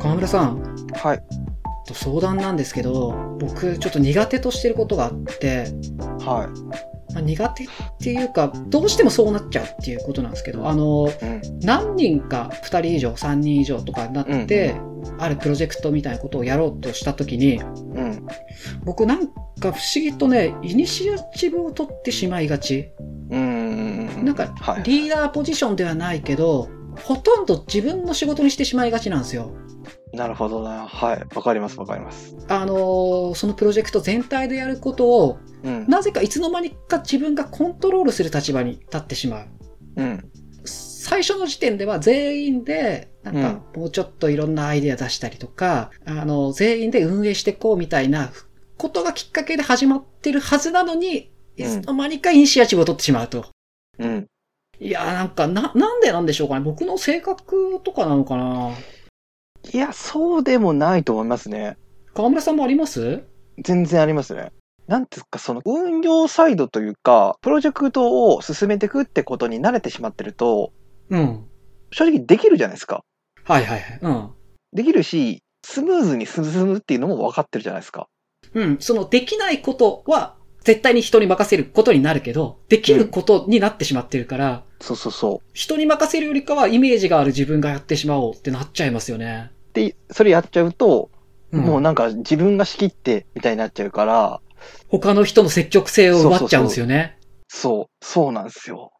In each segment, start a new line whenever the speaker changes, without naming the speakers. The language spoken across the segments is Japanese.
河村さん
はい。
と相談なんですけど僕ちょっと苦手としてることがあって、
は
まあ、苦手っていうかどうしてもそうなっちゃうっていうことなんですけどあの
い。うん。
何人か2人以上3人以上とかになって、あるプロジェクトみたいなことをやろうとした時に
うん。
僕なんか不思議とねイニシアチブを取ってしまいがち
うん。
なんか
はい
リーダーポジションではないけどほとんど自分の仕事にしてしまいがちなんですよ。
なるほどな。はい。わかります、わかります。
あのーそのプロジェクト全体でやることを
うん。
なぜかいつの間にか自分がコントロールする立場に立ってしまう。
うん。
最初の時点では全員で、なんか、もうちょっといろんなアイデア出したりとか、あの、全員で運営してこうみたいなことがきっかけで始まってるはずなのに、
う
い
ん
つの間にかイニシアチブを取ってしまうと。
うん。
いやーなんか、な、なんでなんでしょうかね。僕の性格とかなのかない
や、そうでもないと思いますね。
河村さんもあります
全然ありますね。なんていうか、その運用サイドというか、プロジェクトを進めていくってことに慣れてしまってると、
うん。
正直できるじゃないですか。
はいはいはい。うん。
できるし、スムーズに進むっていうのも分かってるじゃないですか。
うん。その、できないことは、絶対に人に任せることになるけど、できることになってしまってるから、
そうそうそう。
人に任せるよりかはイメージがある自分がやってしまおうってなっちゃいますよね。
で、それやっちゃうと、もう
うん
なんか自分が仕切ってみたいになっちゃうから、
他の人の積極性を奪っちゃうんですよね。
そう、そうなんですよ。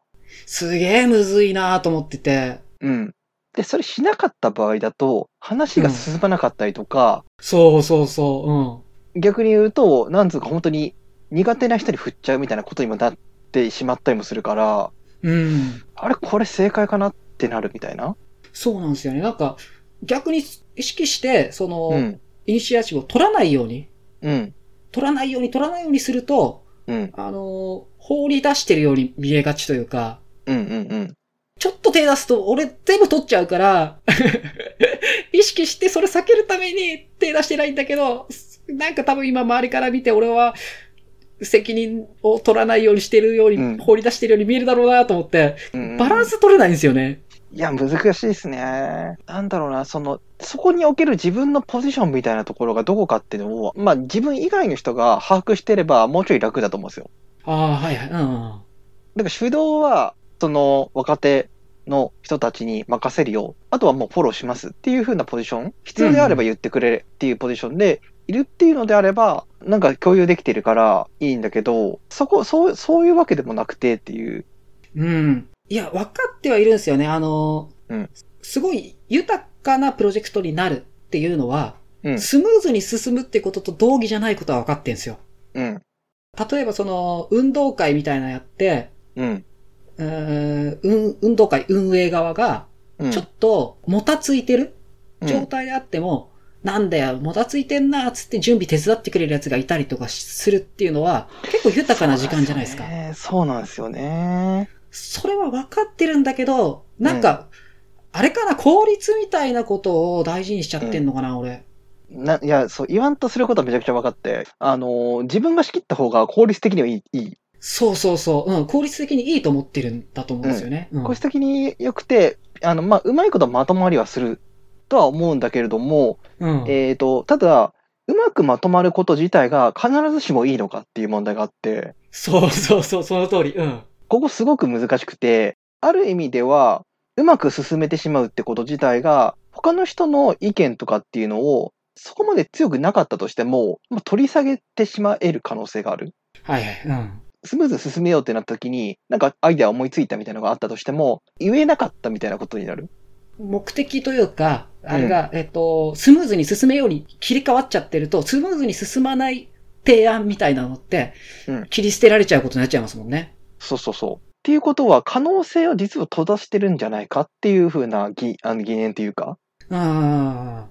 すげえむずいなと思ってて。
うん。で、それしなかった場合だと、話が進まなかったりとか、
そうそうそ
逆に言うと、なんつうか本当に苦手な人に振っちゃうみたいなことにもなってしまったりもするから、
う。うん。うん。
あれ、これ正解かなってなるみたいな。
そうなんですよね。なんか、逆に意識して、その、
うん。
イニシアチブを取らないように、
うん。
取らないように取らないようにすると、
うん。
あのー放り出してるように見えがちというか、
うん。うん。うん。
ちょっと手出すと俺全部取っちゃうから、 意識してそれ避けるために手出してないんだけど、なんか多分今周りから見て俺は責任を取らないようにしてるように、
うん
放り出してるように見えるだろうなと思って、
うん
バランス取れないんですよね。
いや、難しいですね。なんだろうな、その、そこにおける自分のポジションみたいなところがどこかっていうのを、まあ自分以外の人が把握してればもうちょい楽だと思うんですよ。
ああ、はいはい、うん。
だから主導は、その若手の人たちに任せるよ。あとはもうフォローしますっていう風なポジション。必要であれば言ってくれっていうポジションで、いるっていうのであれば、なんか共有できてるからいいんだけど、そこ、そう、そういうわけでもなくてっていう。
うん。いや、分かってはいるんですよね。あのー、
うん
すごい豊かなプロジェクトになるっていうのは、
うん
スムーズに進むってことと同義じゃないことは分かってんですよ。
うん。
例えばその、運動会みたいなのやって、
うん。
うーん運運動会運営側が、
うん。
ちょっと、もたついてる
うん
状態であっても、なんだよ、もたついてんな、つって準備手伝ってくれるやつがいたりとかしするっていうのは、結構豊かな時間じゃないですか。そ
そうなんですよね。
れは分かってるんだけど、なんか、あれかな、効率みたいなことを大事にしちゃってんのかな、俺。
な、いや、そう、言わんとすることはめちゃくちゃ分かって、あのー自分が仕切った方が効率的にはいい、いい。
そうそうそう、うん、効率的にいいと思ってるんだと思うんですよね。うん
効率的に良くて、あの、まあ、うまいことまとまりはするとは思うんだけれども、
うん
えっ、と、ただ、うまくまとまること自体が必ずしもいいのかっていう問題があって、
そうそうそう、その通り。うん。
ここすごく難しくて、ある意味では、うまく進めてしまうってこと自体が、他の人の意見とかっていうのを、そこまで強くなかったとしても、まあ取り下げてしまえる可能性がある。
はいはい。うん。
スムーズに進めようってなった時に、なんかアイデア思いついたみたいなのがあったとしても、言えなかったみたいなことになる。
目的というか、あれが、えっと、スムーズに進めように切り替わっちゃってると、スムーズに進まない提案みたいなのって、
うん
切り捨てられちゃうことになっちゃいますもんね。
そうそうそう。っていうことは、可能性を実は閉ざしてるんじゃないかっていうふうな疑あの疑念というか、
うん。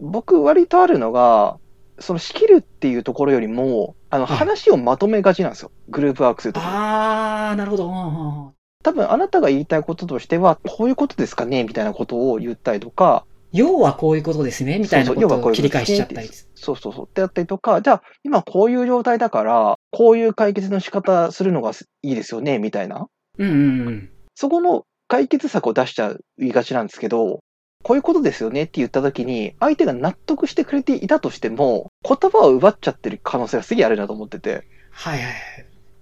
僕割とあるのが、その仕切るっていうところよりも、あの
はい
話をまとめがちなんですよ。グループワークするときに。
あー、なるほど。うんうんうん
多分あなたが言いたいこととしては、こういうことですかねみたいなことを言ったりとか、
要はこういうことですね、みたいなこ
そうそう要は
と
こう
を
いうこと
切り返しちゃったり。
そうそうそう。ってやったりとか、じゃあ、今こういう状態だから、こういう解決の仕方するのがいいですよね、みたいな。
うんうんうん。
そこの解決策を出しちゃいがちなんですけど、こういうことですよねって言った時に、相手が納得してくれていたとしても、言葉を奪っちゃってる可能性がすげえあるなと思ってて、
はいはいはい。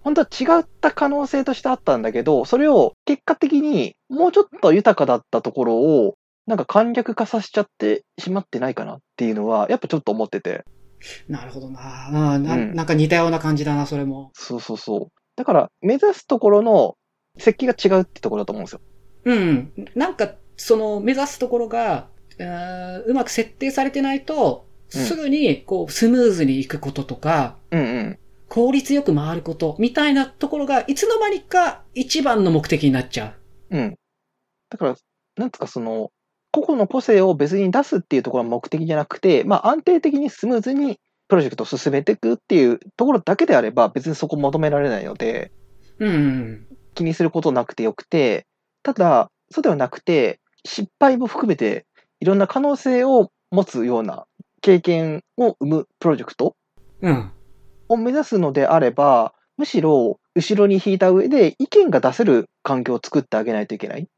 本当は違った可能性としてあったんだけど、それを結果的にもうちょっと豊かだったところを、なんか簡略化させちゃってしまってないかなっていうのは、やっぱちょっと思ってて。
なるほどなあな。
うん
なんか似たような感じだな、それも。
そうそうそう。だから、目指すところの設計が違うってところだと思うんですよ。
うん。なんか、その、目指すところが、うーんうまく設定されてないと、
うん
すぐに、こう、スムーズにいくこととか、
うんうん。
効率よく回ること、みたいなところが、いつの間にか一番の目的になっちゃう。
うん。だから、なんつうかその、個々の個性を別に出すっていうところは目的じゃなくて、まあ安定的にスムーズにプロジェクトを進めていくっていうところだけであれば別にそこ求められないので、
うんうん。
気にすることなくてよくて、ただ、そうではなくて、失敗も含めていろんな可能性を持つような経験を生むプロジェクト
うん。
を目指すのであれば、むしろ後ろに引いた上で意見が出せる環境を作ってあげないといけない。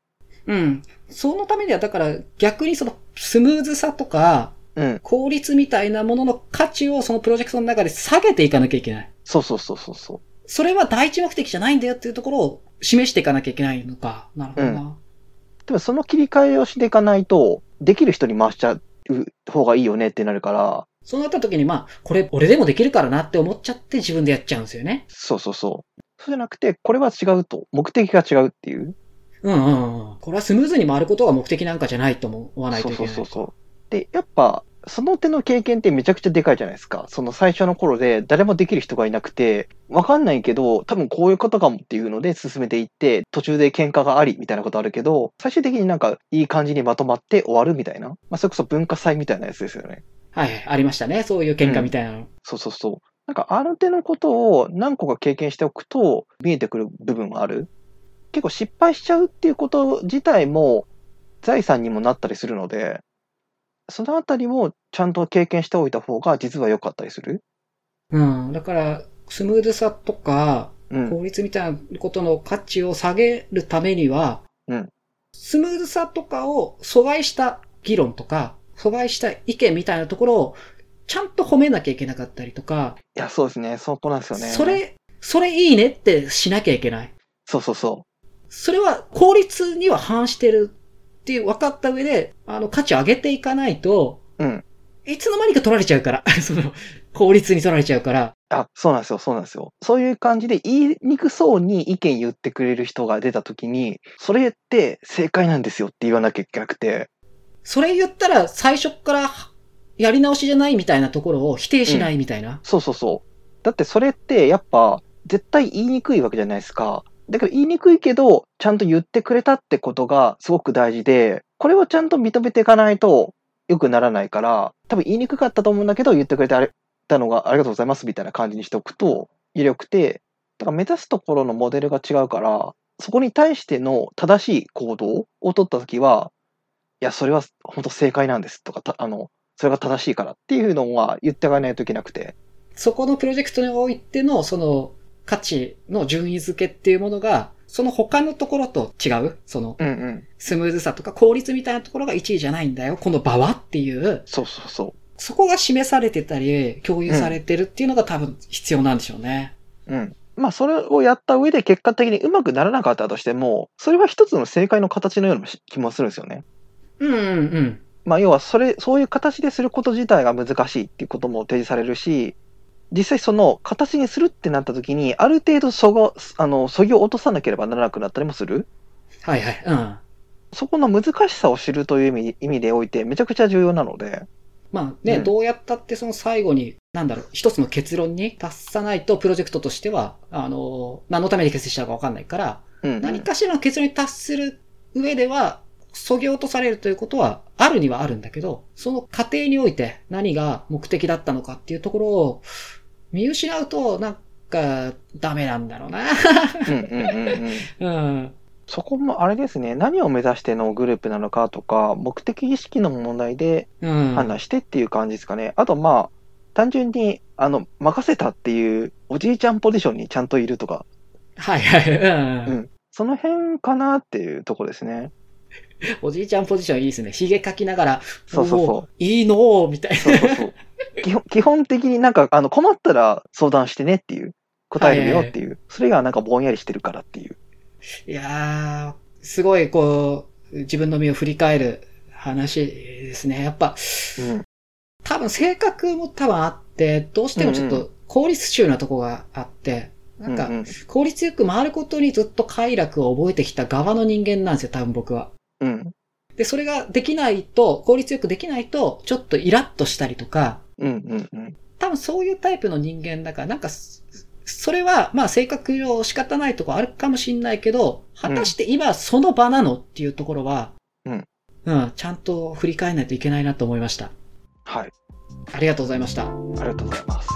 うん。そのためには、だから逆にそのスムーズさとか、
うん。
効率みたいなものの価値をそのプロジェクトの中で下げていかなきゃいけない。
そうそうそうそうそう。
それは第一目的じゃないんだよっていうところを示していかなきゃいけないのか。なるほどな。
でもその切り替えをしていかないと、できる人に回しちゃう方がいいよねってなるから、
そうなった時に、まあ、これ俺でもできるからなって思っちゃって自分でやっちゃうんですよね。
そうそうそう。そうじゃなくて、これは違うと。目的が違うっていう。
うんうんうん。これはスムーズに回ることが目的なんかじゃないと思わないと
そう
いけ
そ
な
う
い。
そうそう。で、やっぱ、その手の経験ってめちゃくちゃでかいじゃないですか。その最初の頃で誰もできる人がいなくて、わかんないけど、多分こういうことかもっていうので進めていって、途中で喧嘩がありみたいなことあるけど、最終的になんかいい感じにまとまって終わるみたいな。まあ、それこそ文化祭みたいなやつですよね。
はいはい、ありましたね。そういう喧嘩みたいなの。
そうそうそう。なんかある手のことを何個か経験しておくと見えてくる部分がある。結構失敗しちゃうっていうこと自体も財産にもなったりするので、そのあたりもちゃんと経験しておいた方が実は良かったりする。
うん。だから、スムーズさとか、
うん。
効率みたいなことの価値を下げるためには、
うん
スムーズさとかを阻害した議論とか、阻害した意見みたいなところを、ちゃんと褒めなきゃいけなかったりとか、
いや、そうですね。そこなんですよね。
それ、それいいねってしなきゃいけない。
そうそうそ
それは効率には反してるっていう分かった上で、あの、価値を上げていかないと、
うん
いつの間にか取られちゃうから、 その、効率に取られちゃうから、
う。あ、そうなんですよ。そうなんですよ。そういう感じで言いにくそうに意見言ってくれる人が出た時に、それって正解なんですよって言わなきゃいけなくて。
それ言ったら最初からやり直しじゃないみたいなところを否定しないみたいな。
そうそうそう。だってそれってやっぱ絶対言いにくいわけじゃないですか。だけど言いにくいけど、ちゃんと言ってくれたってことがすごく大事で、これをちゃんと認めていかないと良くならないから、多分言いにくかったと思うんだけど、言ってくれてあれたのがありがとうございますみたいな感じにしておくと、有力で、だから目指すところのモデルが違うから、そこに対しての正しい行動を取ったときは、いや、それは本当正解なんですとか、たあの、それが正しいからっていうのは言ってあげないといけなくて。
そこのプロジェクトにおいてのその価値の順位付けっていうものが、その他のところと違う、その
うんうん。
スムーズさとか効率みたいなところが1位じゃないんだよ、この場はっていう、
そうそうそ
そこが示されてたり、共有されてるっていうのが多分必要なんでしょうね。
う。うん。まあ、それをやった上で結果的にうまくならなかったとしても、それは一つの正解の形のような気もするんですよね。
うんうんうん。
まあ、要は、それ、そういう形ですること自体が難しいっていうことも提示されるし、実際その形にするってなった時に、ある程度そご、あの、そぎを落とさなければならなくなったりもする。
はいはい。うん。
そこの難しさを知るという意味意味でおいて、めちゃくちゃ重要なので、
まあね、
うん
どうやったってその最後に、なんだろう、一つの結論に達さないと、プロジェクトとしては、あの、何のために結成したのかわかんないから、
うんうん、
何かしらの結論に達する上では、そぎ落とされるということは、あるにはあるんだけど、その過程において何が目的だったのかっていうところを見失うと、なんか、ダメなんだろうな。
うんうんうんうん。
うん。
そこもあれですね、何を目指してのグループなのかとか、目的意識の問題で
うん。
判断してっていう感じですかね。あとまあ、単純に、あの、任せたっていうおじいちゃんポジションにちゃんといるとか、
はいはい。う。
うんんその辺かなっていうところですね。
おじいちゃんポジションいいですね。髭かきながら、
そうそうそう
おーいいのーみたい
そうそうそう。基本基本的になんか、あの、困ったら相談してねっていう、答えるよっていう、それがなんかぼんやりしてるからっていう。
な。いやー、すごいこう、自分の身を振り返る話ですね。やっぱ、
うん。
多分性格も多分あって、どうしてもちょっ
うん
と効率中なとこがあって、なんか
う、ん
効率よく回ることにずっと快楽を覚えてきた側の人間なんですよ、多分僕は。
うん、うん。
で、それができないと、効率よくできないと、ちょっとイラッとしたりとか、
うんうんうん。
多分そういうタイプの人間だから、なんかそ、それは、まあ性格上仕方ないとこあるかもしんないけど、果たして今その場なのっていうところは、
うん。
うん、ちゃんと振り返らないといけないなと思いました。
はい。
ありがとうございました。
ありがとうございます。